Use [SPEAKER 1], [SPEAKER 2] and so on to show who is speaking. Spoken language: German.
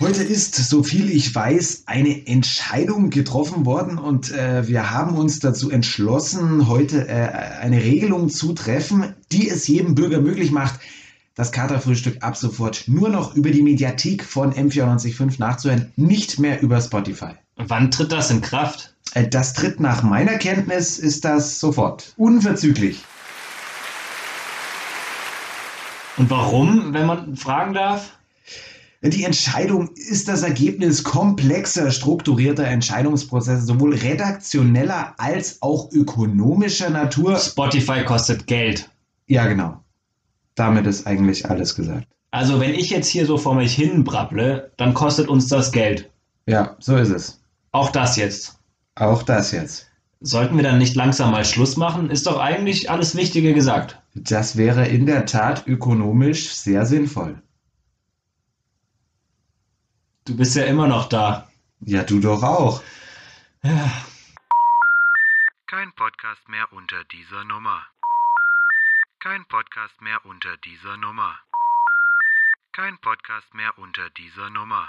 [SPEAKER 1] Heute ist, so viel ich weiß, eine Entscheidung getroffen worden und äh, wir haben uns dazu entschlossen, heute äh, eine Regelung zu treffen, die es jedem Bürger möglich macht, das Katerfrühstück ab sofort nur noch über die Mediathek von M945 nachzuhören, nicht mehr über Spotify.
[SPEAKER 2] Wann tritt das in Kraft?
[SPEAKER 1] Äh, Das tritt nach meiner Kenntnis, ist das sofort. Unverzüglich.
[SPEAKER 2] Und warum, wenn man fragen darf?
[SPEAKER 1] Die Entscheidung ist das Ergebnis komplexer, strukturierter Entscheidungsprozesse, sowohl redaktioneller als auch ökonomischer Natur.
[SPEAKER 2] Spotify kostet Geld.
[SPEAKER 1] Ja, genau. Damit ist eigentlich alles gesagt.
[SPEAKER 2] Also wenn ich jetzt hier so vor mich hin brabble, dann kostet uns das Geld.
[SPEAKER 1] Ja, so ist es.
[SPEAKER 2] Auch das jetzt.
[SPEAKER 1] Auch das jetzt.
[SPEAKER 2] Sollten wir dann nicht langsam mal Schluss machen? Ist doch eigentlich alles Wichtige gesagt.
[SPEAKER 1] Das wäre in der Tat ökonomisch sehr sinnvoll.
[SPEAKER 2] Du bist ja immer noch da.
[SPEAKER 1] Ja, du doch auch.
[SPEAKER 3] Kein Podcast mehr unter dieser Nummer. Kein Podcast mehr unter dieser Nummer. Kein Podcast mehr unter dieser Nummer.